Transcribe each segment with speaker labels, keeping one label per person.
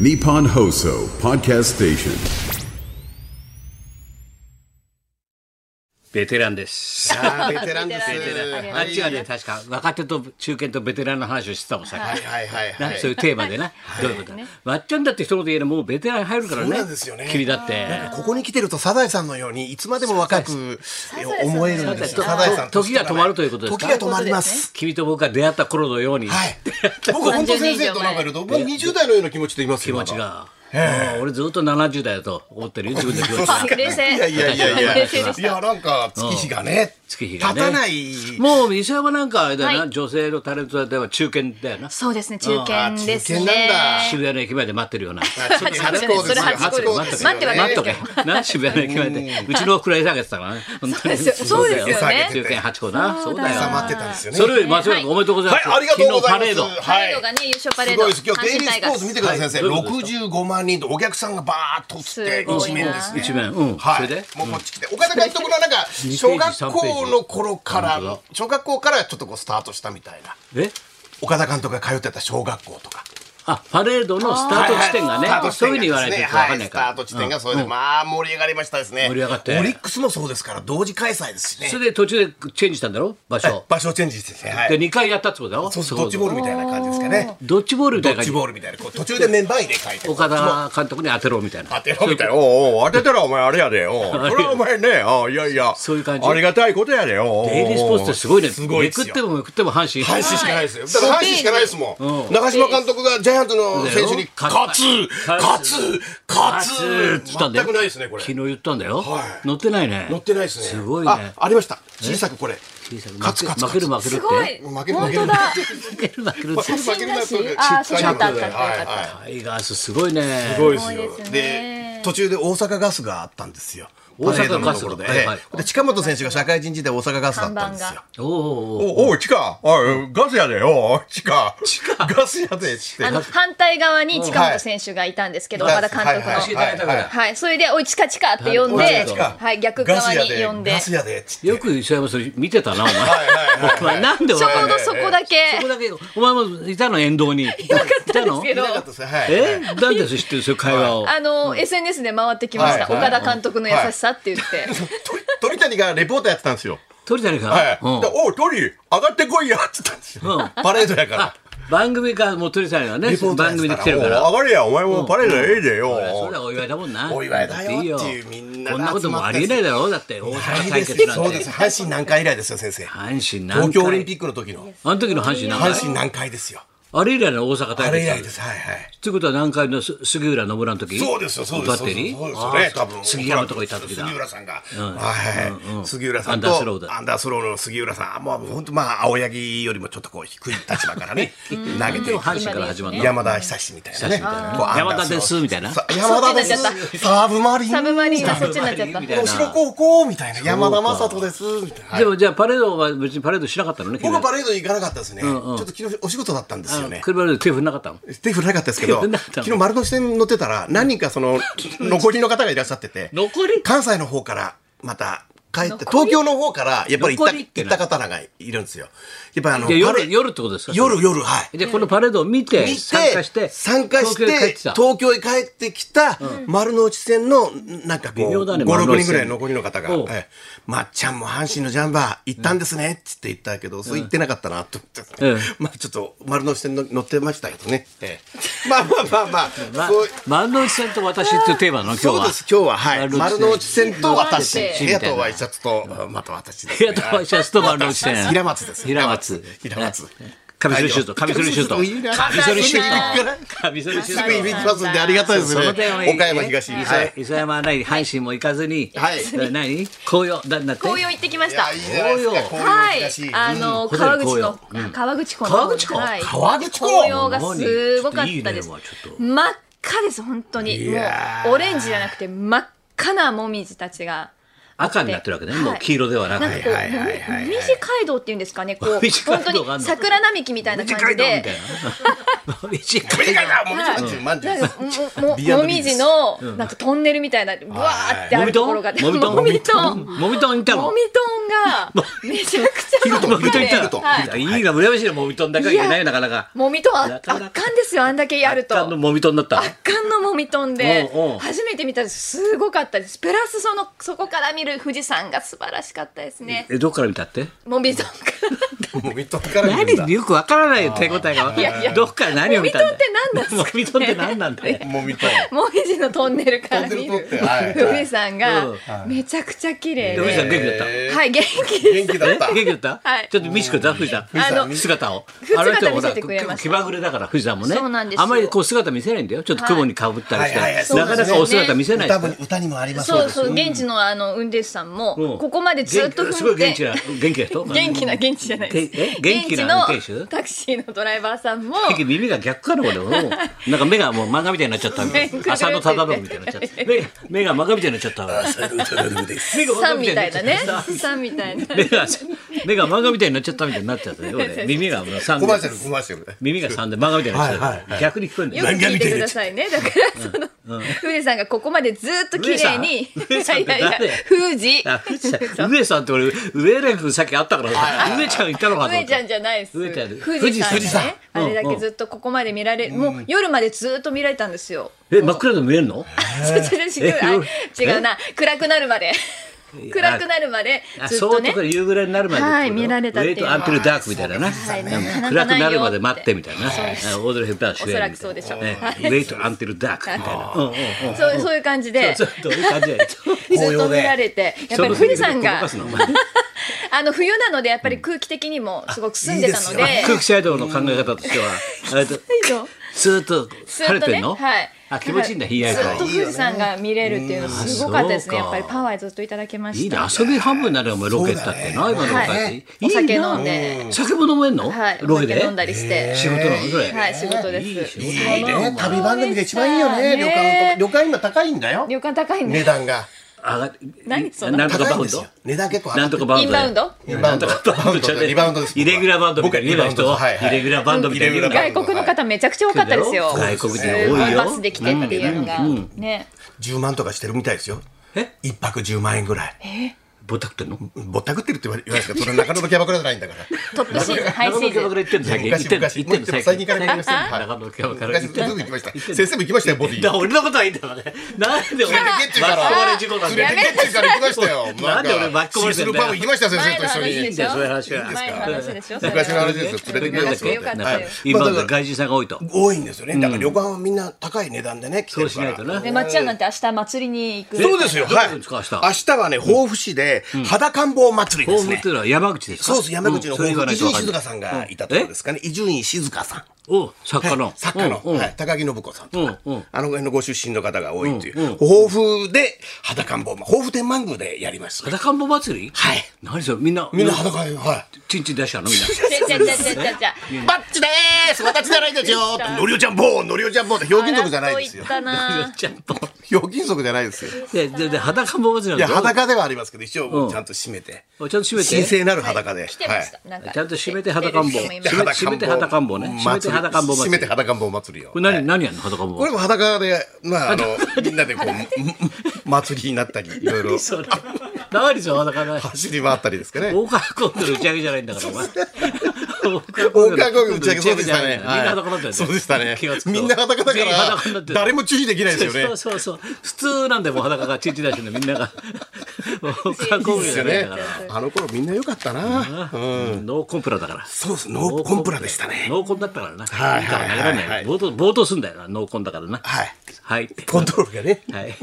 Speaker 1: Nippon Hoso Podcast Station.
Speaker 2: ベテランです。
Speaker 3: あーベテランです。
Speaker 2: ベテランあっちはね、確か若手と中堅とベテランの話をしてたもんさ。
Speaker 3: はいはいはいは。
Speaker 2: ないそういうテーマでな、どういうことわっちゃんだって一言言えばもうベテランに入るからね。
Speaker 3: そうなんですよね
Speaker 2: 君だって。
Speaker 3: ここに来てるとサザエさんのようにいつまでも若く思えるんですよ。
Speaker 2: サ
Speaker 3: サ
Speaker 2: ザ
Speaker 3: ザ
Speaker 2: エさ
Speaker 3: エさ
Speaker 2: ん
Speaker 3: ん
Speaker 2: と時が止まるということですか
Speaker 3: 時が止まります。
Speaker 2: 君と僕が出会った頃のように、
Speaker 3: はい。 僕本当先生となんかいると僕20代のような気持ちでいます
Speaker 2: 気
Speaker 3: よ。
Speaker 2: 持ちが。うん俺ずっと70代だと思ってるよ、自分の気持ちが。
Speaker 4: 冷静
Speaker 3: いやいやいやいや。
Speaker 4: 冷静で
Speaker 3: い
Speaker 4: した
Speaker 3: やなんか月日がね。
Speaker 2: 月日
Speaker 3: 経
Speaker 2: がね
Speaker 3: たない。
Speaker 2: もう磯山なんかあれだな、
Speaker 4: はい
Speaker 2: 女性のタレントでは中堅だよな。
Speaker 4: そうですね中堅ですね
Speaker 3: あー中堅なんだ
Speaker 2: 渋谷の駅前で待ってるよ うな。
Speaker 3: ちょっと初高ですよ。
Speaker 2: 待っ
Speaker 3: 初
Speaker 2: て
Speaker 3: 高で
Speaker 2: 待っ
Speaker 3: す
Speaker 2: て
Speaker 3: よ
Speaker 4: 待
Speaker 3: ね。
Speaker 4: て
Speaker 2: 待っと
Speaker 4: 待
Speaker 2: け。な渋谷の駅前で。うちのおふくらい下げてたからね。本当に
Speaker 4: そうですよそうですよね
Speaker 2: 中堅八個な。そうだよ。
Speaker 3: 収まってたんですよね。
Speaker 2: それより松村君おめでとうござい
Speaker 3: は
Speaker 2: ま
Speaker 3: い
Speaker 2: す。
Speaker 3: ありがとうござ
Speaker 2: 昨日
Speaker 3: います。
Speaker 2: パレード。
Speaker 4: パ
Speaker 3: は
Speaker 4: レード
Speaker 3: い
Speaker 4: がね優勝パレー
Speaker 3: す
Speaker 4: ド
Speaker 3: ごいです。今日デイリースポーツ見てください、先生。
Speaker 2: はいどういうこと
Speaker 3: 65万人とお客さんがバーッと映って
Speaker 4: すご
Speaker 3: 一
Speaker 4: いな
Speaker 3: 面ですね。
Speaker 2: 一面うん
Speaker 3: はい。
Speaker 2: それで
Speaker 3: もうこっち来て、岡田監督のなんか小学校の頃
Speaker 2: 二
Speaker 3: か
Speaker 2: ページ三ペー
Speaker 3: ら
Speaker 2: ジ
Speaker 3: 小学校からちょっとこうスタートしたみたいな。
Speaker 2: え
Speaker 3: 岡田監督が通ってた小学校とか。
Speaker 2: あ、パレードのスタート地点がね、
Speaker 3: はいはい
Speaker 2: そういうふうに言わないとちょっとわかんないか
Speaker 3: は
Speaker 2: ら。
Speaker 3: いスタート地点がそれで、
Speaker 2: うん
Speaker 3: まあ盛り上がりましたですね。
Speaker 2: 盛り上がって
Speaker 3: オリックスもそうですから同時開催ですしね。
Speaker 2: それで途中でチェンジしたんだろ場所。
Speaker 3: 場所チェンジしてね。は
Speaker 2: で、
Speaker 3: い。
Speaker 2: 2回やったってことだろ
Speaker 3: そう
Speaker 2: そ
Speaker 3: そう
Speaker 2: こ
Speaker 3: ドッジボールみたいな感じですかね。
Speaker 2: ドッジボールみ
Speaker 3: ド
Speaker 2: たいな感
Speaker 3: ッジ
Speaker 2: じ。
Speaker 3: ボールみたいな。こう途中でメンバー入れ替えて。
Speaker 2: 岡田監督に当てろみたいな。
Speaker 3: 当てろみたいな。おうおう当てたらお前あれやで。おうそれはお前ね。おういやいや。
Speaker 2: そういう感じ
Speaker 3: ありがたいことやで。おうおう
Speaker 2: デイリースポーツってすごいね。
Speaker 3: すごい
Speaker 2: め
Speaker 3: です
Speaker 2: くっ
Speaker 3: よ
Speaker 2: て。もめくっても阪神。
Speaker 3: 阪神しかないですよ。だから阪神しかないですもん。中島監督がジャイアンツの選手に
Speaker 2: そうだよ
Speaker 3: 勝つ
Speaker 2: 勝
Speaker 3: 勝
Speaker 2: つ
Speaker 3: つ勝
Speaker 2: つ
Speaker 3: つ
Speaker 2: っつったんだよ
Speaker 3: 全くないですねこれ。
Speaker 2: 昨日言ったんだよ、
Speaker 3: はい
Speaker 2: 乗ってないね
Speaker 3: 乗ってないですね。
Speaker 2: すごい
Speaker 3: あ
Speaker 2: ね、
Speaker 3: ありました。小さくこれ。
Speaker 2: 小さく
Speaker 3: 勝つ勝つ
Speaker 2: 負ける負ける
Speaker 4: す
Speaker 2: 負け
Speaker 4: ご
Speaker 2: るって
Speaker 3: 負け
Speaker 4: い
Speaker 3: る
Speaker 4: 本
Speaker 3: 負け
Speaker 4: 当
Speaker 3: る
Speaker 4: だ
Speaker 2: 負ける負けるって
Speaker 4: 写真だし
Speaker 3: 負ける負ける
Speaker 4: あーそう
Speaker 3: ちっちゃい
Speaker 4: だった
Speaker 3: ことで
Speaker 4: あったあ
Speaker 3: はい
Speaker 4: った
Speaker 3: はい
Speaker 2: タイガースすごいね
Speaker 3: すごいです
Speaker 4: すごい
Speaker 3: よ
Speaker 4: です。ね
Speaker 3: で、途中で大阪ガスがあったんですよ。
Speaker 2: 大阪ガス
Speaker 3: パレードのところで
Speaker 2: はいはい
Speaker 3: で近本選手が社会人時代大阪ガスだったんです
Speaker 4: 看板
Speaker 3: よ
Speaker 4: が。
Speaker 2: おお
Speaker 3: お、おい、チカ、おい、ガスやで、おい、チカ、チカ、ガスやで、つって。
Speaker 4: あの 反対側に近本選手がいたんですけど岡田監督
Speaker 3: はい
Speaker 4: の
Speaker 3: はいはい
Speaker 4: はいそれでおいチカチカって呼ん
Speaker 3: おい
Speaker 4: で
Speaker 3: チカ
Speaker 4: はい逆側に呼んで
Speaker 3: ガ
Speaker 4: ち
Speaker 3: スやで、ガスやでつって。
Speaker 2: よく磯山それ見てたなお前
Speaker 3: はい
Speaker 2: お前なんで
Speaker 4: ょ
Speaker 2: お
Speaker 4: う
Speaker 2: 前
Speaker 4: どそこだけ
Speaker 2: そこだけお前もいたの沿道にいたの
Speaker 4: けど
Speaker 3: なかったですねはい
Speaker 2: えなんでそれ知ってるそういう会話を
Speaker 4: あの SNS で回ってきました
Speaker 3: はい
Speaker 4: 岡田監督の優しさって言って
Speaker 3: 鳥鳥谷がレポーターやってたんですよ。
Speaker 2: 鳥谷か、
Speaker 3: はい。
Speaker 2: うん
Speaker 3: でおう、鳥、上がってこいやっつったんですよ。パレードやから
Speaker 2: あ。番組からもう鳥谷がね
Speaker 3: レポーター
Speaker 2: 番
Speaker 3: や
Speaker 2: 組で
Speaker 3: て
Speaker 2: 来
Speaker 3: た
Speaker 2: てるから
Speaker 3: おう上がれや、お前もパレードええでよ。
Speaker 2: それはお祝いだもんな。
Speaker 3: お祝いだよっていうみんな
Speaker 2: こ
Speaker 3: が集ま
Speaker 2: んな
Speaker 3: って
Speaker 2: こともありえないだろうだって大阪対決なん
Speaker 3: そう
Speaker 2: て
Speaker 3: です。。阪神南海以来ですよ、先生。
Speaker 2: 阪神何回
Speaker 3: 東京オリンピックの時の。
Speaker 2: あの時の阪神何回
Speaker 3: 阪神南海ですよ。
Speaker 2: あれ以来の大阪
Speaker 3: あ
Speaker 2: 対
Speaker 3: れ
Speaker 2: 決
Speaker 3: 以
Speaker 2: なん
Speaker 3: 来
Speaker 2: だ。
Speaker 3: です。はいはい。
Speaker 2: ということは何回のす杉浦信浦の時
Speaker 3: そうですよ、そうで
Speaker 2: バ
Speaker 3: す
Speaker 2: ッテリー
Speaker 3: そうですよね、
Speaker 2: あ
Speaker 3: 多分。
Speaker 2: 杉山とかいた時だ。
Speaker 3: 杉浦さんが。はい。杉浦さんと、
Speaker 2: アンダースローだ
Speaker 3: アンダースローの杉浦さん。もう本当、まあ、青柳よりもちょっとこう、低い立場から ね、投げて
Speaker 2: でも阪神から始まるの。
Speaker 3: 山田久志みたいな
Speaker 2: 久
Speaker 3: ね。
Speaker 2: 志みたいな
Speaker 3: こうアンダースロー
Speaker 2: 山田ですみたいな
Speaker 3: さ山田です
Speaker 4: そっちになっち。
Speaker 3: サーブマリン。
Speaker 4: サブマリンがそっちになっちゃった
Speaker 2: みたいな
Speaker 3: 大城高校みたいな。山田雅人です。みたいな。はい
Speaker 2: でもじゃあパレードは別にパレードしなかったのね。
Speaker 3: 僕は
Speaker 2: 昨
Speaker 3: パレードに行かなかったですね。ちょっと昨日お仕事だったんです
Speaker 2: 日
Speaker 3: よね。
Speaker 2: 車で手振んなかったの。
Speaker 3: 手振らなかったですけど、
Speaker 2: 手振らなかったの
Speaker 3: 昨日丸の内線乗ってたら、何人かその、残りの方がいらっしゃってて、
Speaker 2: 残り
Speaker 3: 関西の方から、また、帰って、東京の方から、やっぱり行
Speaker 2: 残
Speaker 3: った
Speaker 2: りって
Speaker 3: 行っ
Speaker 2: な
Speaker 3: た方らがいるんですよ。やっぱりあの、
Speaker 2: で
Speaker 3: パ
Speaker 2: 夜
Speaker 3: レ
Speaker 2: 夜ってことですか。
Speaker 3: 夜、夜、はい。
Speaker 2: でこのパレードを見て
Speaker 3: 見て
Speaker 2: 参加して
Speaker 3: 参加して
Speaker 2: 東京へ帰ってきた。
Speaker 3: 東京へ帰ってきた丸の内線のなんかこ
Speaker 2: 微
Speaker 3: う
Speaker 2: 妙だね
Speaker 3: 56
Speaker 2: 丸の内
Speaker 3: 人
Speaker 2: 線
Speaker 3: ぐらい残りの方が
Speaker 2: おう
Speaker 3: 「ええまっちゃんも阪神のジャンバー行ったんですね」っつって言ったけどそう言ってなかったなと思って
Speaker 2: うん
Speaker 3: まあちょっと丸の内線の乗ってましたけどねええまあまあまあま
Speaker 2: ま
Speaker 3: あそう
Speaker 2: 丸の内線と私っていうテーマなの今日は。
Speaker 3: そうです今日ははい丸の内線と私
Speaker 4: 丸の内
Speaker 2: 線
Speaker 3: 部屋とワイシャツとまた私です
Speaker 2: 部屋とワイシャツと丸の内線。
Speaker 3: 平松です
Speaker 2: 平松。
Speaker 3: 平松
Speaker 2: カミソリシュート。カミソリシュート。
Speaker 3: カミソリシュート
Speaker 2: カミソリシュ
Speaker 3: す
Speaker 2: ー
Speaker 3: ぐ
Speaker 2: ト。
Speaker 3: いびきますんでありがたいですね。岡山東。
Speaker 2: 磯
Speaker 3: はい。
Speaker 2: 磯山は何阪神も行かずに。
Speaker 3: はい
Speaker 2: 何紅葉だなって。
Speaker 4: 紅葉行ってきました
Speaker 3: いやいいじゃないですか紅葉
Speaker 4: は
Speaker 3: 行
Speaker 4: い
Speaker 3: ったし。
Speaker 4: あの、
Speaker 2: ホテル
Speaker 4: 川口の
Speaker 2: 紅葉う、
Speaker 4: 川口湖の。
Speaker 2: 川口湖
Speaker 4: はい
Speaker 3: 川口湖
Speaker 4: 紅葉がすごかっ
Speaker 2: いい
Speaker 4: た
Speaker 2: ね
Speaker 4: です。
Speaker 2: もうちょっと
Speaker 4: 真っ赤です、本当に。も
Speaker 3: やー
Speaker 4: う、オレンジじゃなくて、真っ赤なもみじたちが。
Speaker 2: 赤になってるわけね。
Speaker 4: はい
Speaker 2: もう黄色ではなく
Speaker 4: なんか
Speaker 2: て。
Speaker 4: こう、
Speaker 3: はいはいはいはい
Speaker 4: もみじ街道っていうんですかね、こ う、
Speaker 2: もみじ街
Speaker 4: 本
Speaker 2: 道があんの
Speaker 4: 当に桜並木みたいな感じで。
Speaker 2: 短
Speaker 3: め
Speaker 2: い
Speaker 3: でかいなも
Speaker 4: はい
Speaker 3: みじまんじゅうまんじゅ
Speaker 4: な
Speaker 3: うん
Speaker 4: かもも
Speaker 3: B&B
Speaker 4: もみじのなんかトンネルみたいなぶわーってあ
Speaker 2: も
Speaker 4: る
Speaker 2: み
Speaker 4: と
Speaker 2: と
Speaker 4: こ
Speaker 2: ん
Speaker 4: ろが
Speaker 2: もみとん
Speaker 4: もみとん
Speaker 2: もみとんいたの
Speaker 4: もみとんが が、めちゃくちゃ
Speaker 3: ヒルトン
Speaker 4: 真っ
Speaker 2: ヒル
Speaker 4: 赤
Speaker 2: トンいた
Speaker 3: ト
Speaker 4: で
Speaker 3: ン
Speaker 4: はい
Speaker 3: ヒルトン
Speaker 2: いいな、羨ましいな、もみとんだけいけないよなかなか。
Speaker 4: もみとんあ
Speaker 2: な
Speaker 4: 圧
Speaker 2: か
Speaker 4: 巻
Speaker 2: なか
Speaker 4: ですよあんだけやると
Speaker 2: あのもみとんだった。
Speaker 4: 圧巻のもみとんで
Speaker 2: うんうん
Speaker 4: 初めて見たらすごかったですプラスそのそこから見る富士山が素晴らしかったですね
Speaker 2: え、どっから見たって
Speaker 4: もみとんから
Speaker 3: もう見とくから見るんだ
Speaker 2: 何よくわからないよ、手応えが。
Speaker 4: いやいや
Speaker 2: どっから何を見たんだよ
Speaker 4: も
Speaker 2: も
Speaker 4: み
Speaker 2: み
Speaker 4: と
Speaker 2: と
Speaker 4: ん
Speaker 2: ん
Speaker 4: っ
Speaker 2: ってて
Speaker 4: 何
Speaker 2: 何
Speaker 4: な
Speaker 2: なんん
Speaker 4: だ
Speaker 2: だよ。
Speaker 3: もう見と
Speaker 4: もみじのトンネルから見
Speaker 3: トンネ
Speaker 4: る
Speaker 3: ル撮ってはい
Speaker 4: 富士山が
Speaker 2: うん
Speaker 4: めちゃくちゃ綺麗
Speaker 2: 富士山
Speaker 4: で
Speaker 2: 元気だった。え
Speaker 4: はい元気です
Speaker 3: 元気だった
Speaker 2: 元気だった
Speaker 4: はい
Speaker 2: ちょっと見せてくれた、富士山。
Speaker 4: 士山
Speaker 2: あの姿を。
Speaker 4: 姿
Speaker 2: あの人も
Speaker 4: 見
Speaker 2: ほら
Speaker 4: せてくれました
Speaker 2: 結構気まぐれだから、富士山もね。
Speaker 4: そうなんですよ
Speaker 2: あまりこう姿見せないんだよ。ちょっと雲にかぶったりして。
Speaker 3: はいはいはい
Speaker 2: なかなかお姿見せない。
Speaker 3: 歌部に歌にもあります
Speaker 4: そうそう
Speaker 3: です
Speaker 4: 現地のあの運転手さんも
Speaker 2: うん
Speaker 4: ここまでずっと
Speaker 2: 元気すご
Speaker 4: 踏
Speaker 2: い
Speaker 4: ん
Speaker 2: 元気
Speaker 4: で
Speaker 2: な、元気な人
Speaker 4: 元気な現地じゃないです
Speaker 2: え元気な運転
Speaker 4: 現
Speaker 2: 手
Speaker 4: 地のタクシーのドライバーさんも
Speaker 2: 最近耳が逆かな俺もうなんか目がもう漫画みたいになっちゃ った浅野忠信みたいになっちゃった目が目が漫画みたいになっちゃった目が漫画にないっちゃっ
Speaker 4: さんみたな
Speaker 2: た
Speaker 4: ねさんみたいな
Speaker 2: 目が目が漫画みたいになっちゃったみたいになっちゃったね俺耳がもう三
Speaker 3: コ
Speaker 2: で
Speaker 3: マーシャルコマーシャル
Speaker 2: 耳が三で漫画みたいになっち
Speaker 3: は
Speaker 2: ゃ
Speaker 3: いは
Speaker 2: った逆に聞こえ
Speaker 4: よ
Speaker 2: る
Speaker 4: く
Speaker 2: んだよ
Speaker 4: 聞いてくださいね。だから、その、富士山がここまでずっと綺麗に、い
Speaker 2: 上さ
Speaker 4: や
Speaker 2: ん
Speaker 4: いやい
Speaker 2: 上さ
Speaker 4: や
Speaker 2: んって誰、
Speaker 4: 富士。
Speaker 2: あ藤さん上さんって俺上連君さっきあったからさ上ちゃん行ったのかと思
Speaker 4: 上
Speaker 2: っ
Speaker 4: ちゃん
Speaker 2: て
Speaker 4: じゃないです。
Speaker 2: 上ちゃん
Speaker 4: 富士山
Speaker 2: 富士
Speaker 4: ね
Speaker 2: 山。
Speaker 4: あれだけずっとここまで見られる。もう夜までずっと見られたんですよ。
Speaker 2: え真っ暗でも見えるの
Speaker 4: ちょちょちょ違うあ
Speaker 2: え
Speaker 4: 違うな。暗くなるまで。暗くなるまで
Speaker 2: あ、
Speaker 4: ずっ
Speaker 2: そ
Speaker 4: と
Speaker 2: うと
Speaker 4: ね。
Speaker 2: か夕暮れになるまで
Speaker 4: はい見られたっていうのは
Speaker 2: ウェイトアンテルダークみたいなな、
Speaker 4: い
Speaker 2: うん
Speaker 4: なかな
Speaker 2: 暗
Speaker 4: かないよ
Speaker 2: くなるまで待ってみたいな
Speaker 4: そうで
Speaker 2: あオードリー・ヘッパー主演みたいな
Speaker 4: おそらくそうでしょう
Speaker 2: ね
Speaker 4: はい
Speaker 2: ウェイトアンテルダークみたいなうんうんうん
Speaker 4: そうそういう感じで、
Speaker 2: ち
Speaker 4: ず
Speaker 2: ょ
Speaker 4: っ
Speaker 2: っといい感じやね
Speaker 4: と見られて、やっぱり富士山が
Speaker 2: そのせいで動かすのお前
Speaker 4: あの冬なのでやっぱり空気的にもすごく澄んでたので、
Speaker 2: 空気シャイドウの考え方として はあれとスーッと
Speaker 4: ずっと
Speaker 2: 晴れてんの、
Speaker 4: ねはい、
Speaker 2: あ気持ちいいんだ冷やや
Speaker 4: ず
Speaker 2: か
Speaker 4: っと
Speaker 2: に
Speaker 4: 富士山が見れるっていうのすごかったですね
Speaker 2: うん
Speaker 4: やっ
Speaker 2: あそ
Speaker 4: ぱ
Speaker 2: うか
Speaker 4: りパワーずっといただきました
Speaker 2: いいね遊び半分になるよお前ロケ行ったって、な今のおかし
Speaker 4: はいい、お酒飲んで、
Speaker 2: 酒も飲めんの、
Speaker 4: はい、
Speaker 2: ロ
Speaker 4: お
Speaker 2: ケ
Speaker 4: 酒
Speaker 2: で
Speaker 4: 飲んだりして、
Speaker 2: 仕事なのそれ、
Speaker 4: はい仕事です
Speaker 2: いい仕事
Speaker 3: いいね旅番組が一番いいよね旅館と旅館今高いんだよ
Speaker 4: 旅館高いん
Speaker 3: 値
Speaker 4: で
Speaker 3: 段が
Speaker 2: 上が
Speaker 4: 何その
Speaker 2: なんとかバ
Speaker 3: 高いん
Speaker 2: ウ
Speaker 3: で
Speaker 2: ン
Speaker 3: すよ
Speaker 2: ド
Speaker 3: 値段結構上が
Speaker 2: な
Speaker 3: っ
Speaker 2: ん
Speaker 3: て
Speaker 2: と
Speaker 3: る
Speaker 2: かバウンド
Speaker 4: インバウンド
Speaker 3: リバウンドリバウンドです
Speaker 2: イレギュラーバンドみたいな
Speaker 3: 僕はリバウンド
Speaker 2: 人を
Speaker 3: はいはい
Speaker 2: イレギュラーバンドみたいな
Speaker 3: イレギュラーバン
Speaker 4: 外国の方めちゃくちゃ多かったですよ
Speaker 2: 外国人
Speaker 4: す
Speaker 2: 多
Speaker 4: ご
Speaker 2: い
Speaker 4: い
Speaker 2: よ
Speaker 4: バスで来てっていうのが、ね
Speaker 3: 10万とかしてるみたいですよ
Speaker 2: え
Speaker 3: 一泊10万円ぐらい
Speaker 2: ぼったくってんの
Speaker 3: ぼったくってるって言われ言われますけどそれ中野のキャバクラじゃないんだから
Speaker 4: トップシーズンハイシー
Speaker 2: 中野のキャバク
Speaker 4: ズン
Speaker 2: ラ行ってんの最近
Speaker 3: 昔
Speaker 2: 行ってんの行っ
Speaker 3: 昔
Speaker 2: てんの
Speaker 3: も
Speaker 2: 最近
Speaker 3: う最近行かれてま すはい
Speaker 2: 中野のキャバクラ
Speaker 3: 昔
Speaker 2: 行
Speaker 3: ず
Speaker 2: っ
Speaker 3: って
Speaker 2: ん
Speaker 3: と
Speaker 2: の
Speaker 3: 行きました先生も行きましたよボディ
Speaker 2: だから俺のことはいいんだよね なんで俺
Speaker 3: 連れてけって言うか
Speaker 2: 巻き
Speaker 3: ら
Speaker 2: 込まれ事故なんだ
Speaker 3: 連
Speaker 2: よ
Speaker 3: れてけって言うから行きました よ
Speaker 2: なんで俺巻き込まれてんだよ
Speaker 3: シーズルパブ行きましたよ先生と一緒
Speaker 4: 前の話
Speaker 3: に
Speaker 4: で
Speaker 2: そういう話は
Speaker 4: 前の話でしょそれ
Speaker 3: 昔の
Speaker 4: は
Speaker 3: 話ですよ連れてけって
Speaker 4: よかったよ
Speaker 2: インバウンドで外人さんが多いと
Speaker 3: 多いんですよねだから旅館はみんな高い値段でね来て
Speaker 2: そう
Speaker 3: る
Speaker 2: し
Speaker 3: か
Speaker 2: ない
Speaker 3: ら
Speaker 2: とな
Speaker 4: でまっちゃんなんて明日祭りに行く
Speaker 3: そうですよ
Speaker 2: どこ
Speaker 3: はい
Speaker 2: で
Speaker 3: 明
Speaker 2: すか
Speaker 3: 日はね甲府市で肌官房祭りで
Speaker 2: 甲
Speaker 3: す
Speaker 2: 府っ
Speaker 3: ね
Speaker 2: ていうのは山口ですか
Speaker 3: そうです山口の
Speaker 2: うんそれ
Speaker 3: 甲
Speaker 2: 言わ
Speaker 3: 府
Speaker 2: な
Speaker 3: 伊
Speaker 2: いと
Speaker 3: 集
Speaker 2: わ
Speaker 3: 院
Speaker 2: かんな
Speaker 3: 静
Speaker 2: い
Speaker 3: 香さんがいたところですかね伊集院静香さん
Speaker 2: お作家の
Speaker 3: 作家の、
Speaker 2: うんうん
Speaker 3: はい、高木信子さんとか、
Speaker 2: うんうん
Speaker 3: あの辺のご出身の方が多いという、豊富で裸官房、まあ、豊富天満宮でやります。
Speaker 2: 裸んぼ祭り
Speaker 3: はい
Speaker 2: 何それみんな
Speaker 3: みんな裸で、は
Speaker 2: チンチン出したのみんな
Speaker 4: じゃじゃじゃじゃじゃ
Speaker 3: い。バッチでーす私じゃないですよのりおちゃんぼうのりおちゃんぼうって、ひょうきん族じゃないですよ
Speaker 4: あ。らっと言ったな
Speaker 2: ちゃんと
Speaker 3: ひょうきん族じゃないですよ。
Speaker 2: ででで裸んぼ祭り
Speaker 3: い
Speaker 2: な
Speaker 3: や、
Speaker 2: んだよ
Speaker 3: 裸ではありますけど、一
Speaker 2: う
Speaker 3: 応、
Speaker 2: ん
Speaker 3: ちゃんと締めて。
Speaker 2: おちゃんと閉めて
Speaker 3: 神聖なる裸で。
Speaker 4: 来てました、なんか
Speaker 2: ちゃんと締めて裸んぼ
Speaker 4: 来てる人もいま
Speaker 2: で
Speaker 4: す
Speaker 2: 締め締めて裸官房ね締めて裸官房祭り
Speaker 3: 締めて裸官房祭りよ。
Speaker 2: これ何何やんの裸ん
Speaker 3: こ
Speaker 2: ぼ
Speaker 3: れも裸で、まあ、あの、みんなでこう、 祭りになったり、いろいろ、
Speaker 2: それ 何それ裸だ
Speaker 3: 走り回ったりですかね。
Speaker 2: 大川コントの打ち上げじゃないんだからお前
Speaker 3: 大
Speaker 2: 大
Speaker 3: 川工業打ち上げそうでしたね。
Speaker 2: みんな裸になってる
Speaker 3: そうでしたね
Speaker 2: 気がつ。くと
Speaker 3: みんな裸だか
Speaker 2: 全員裸にな
Speaker 3: ら
Speaker 2: って、る
Speaker 3: 誰も注意できないですよね
Speaker 2: そう。そうそう普通なんだよもう裸がチンチン出してるのみんなが大川工業
Speaker 3: です
Speaker 2: じゃ
Speaker 3: よ
Speaker 2: ないんだ
Speaker 3: ね
Speaker 2: から。
Speaker 3: あの頃みんな良かったな。
Speaker 2: ノーコンプラだから。
Speaker 3: そうです。ノーコンプラでしたね。
Speaker 2: ノーコンだったからな。
Speaker 3: はい
Speaker 2: いいからならない
Speaker 3: はいはい
Speaker 2: 冒頭、冒頭すんだよな、ノーコンだからな。
Speaker 3: はい。
Speaker 2: はいって。
Speaker 3: コントロールがね。
Speaker 2: はい。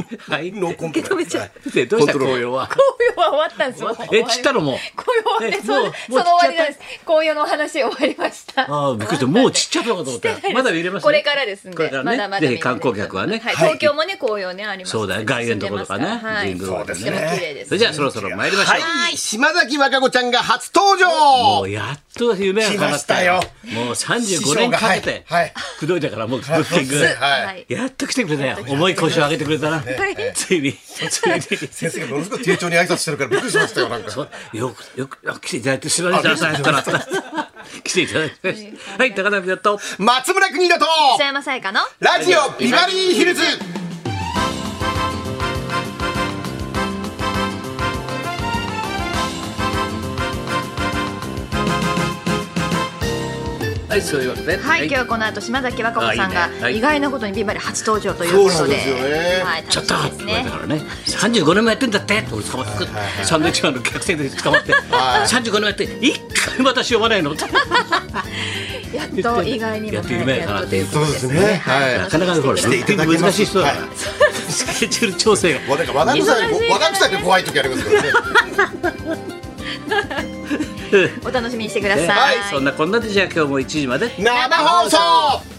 Speaker 2: はい。
Speaker 3: ノーコンプラ。
Speaker 4: めちゃ
Speaker 3: はい
Speaker 2: で、どうした
Speaker 3: コントロー
Speaker 2: 紅
Speaker 3: ル
Speaker 2: 葉は。
Speaker 4: 紅葉は終わったんですよ。
Speaker 2: え、散ったのもう。
Speaker 4: 紅葉はね、
Speaker 2: えも
Speaker 4: その
Speaker 2: う
Speaker 4: その終わりなんです。紅葉のお話終わりました。
Speaker 2: ああ、びっくりした。もう散っちゃったのかと思ったら。まだ見れますね
Speaker 4: これからですん
Speaker 2: これ
Speaker 4: で、
Speaker 2: からね
Speaker 4: まだまだ見れ
Speaker 2: ぜ
Speaker 4: る。
Speaker 2: ひ観光客はね。
Speaker 4: い東京もね、紅葉ね、あります。
Speaker 2: そうだよ。外苑のところとかね。
Speaker 4: はい。
Speaker 2: 神
Speaker 4: と
Speaker 2: 宮とか
Speaker 3: そ
Speaker 4: ても
Speaker 3: うですね
Speaker 4: 綺麗です
Speaker 2: それ。じゃあそろそろ参りましょう。
Speaker 3: はい。島崎和歌子ちゃんが初登
Speaker 2: も
Speaker 3: 場
Speaker 2: うやっと夢が叶った
Speaker 3: 来
Speaker 2: もう35年かけて
Speaker 3: 師匠がはいはい、
Speaker 2: 口説いたからもうブッキング。
Speaker 4: は。
Speaker 3: はい
Speaker 2: やっと来てくれたよ。重い腰を上げてくれたな。ついに、ついに。
Speaker 3: 先生がものすごく丁重に挨拶してるからびっくりしました よ、なんか。
Speaker 2: よく、よく、あ来ていただいて、すみません、さんから。来ていただいて。はい、高田美里と。
Speaker 3: 松村邦だと
Speaker 4: 北山さやかの。
Speaker 3: ラジオビバリーヒルズ
Speaker 2: はいそういうわけで、
Speaker 4: はい、今日はこの後島崎和歌子さ
Speaker 2: あ
Speaker 4: ん
Speaker 2: いいねは
Speaker 4: が
Speaker 2: い
Speaker 4: 意外なことにビバリー初登場ということで、
Speaker 3: そうなんですよね
Speaker 4: はい、楽
Speaker 2: ちょっ
Speaker 4: し
Speaker 2: と
Speaker 4: み
Speaker 2: って
Speaker 4: です
Speaker 2: 言われ
Speaker 4: ね
Speaker 2: た。からね35年もやってんだってって俺捕まってサンドウィッチマンの客船で捕まって35年もやって一回私呼ばないのって
Speaker 4: やっと意外にも
Speaker 2: やっと夢
Speaker 4: や
Speaker 2: か
Speaker 4: っ
Speaker 2: な
Speaker 4: と
Speaker 2: っ
Speaker 4: と
Speaker 2: て
Speaker 4: い
Speaker 2: いうう
Speaker 4: ことです
Speaker 3: そ
Speaker 4: ね。
Speaker 3: うですねはい
Speaker 2: なかなかほら
Speaker 3: 来ていただけます
Speaker 2: 難しい人だから、
Speaker 3: は
Speaker 2: スケジュール調整が
Speaker 3: わだから若草に
Speaker 4: 忙しいからね
Speaker 3: 若草で怖い時ありますからね。
Speaker 4: お楽しみにしてください。
Speaker 2: ねそんなこんなでじゃあ今日も1時まで
Speaker 3: 生放送。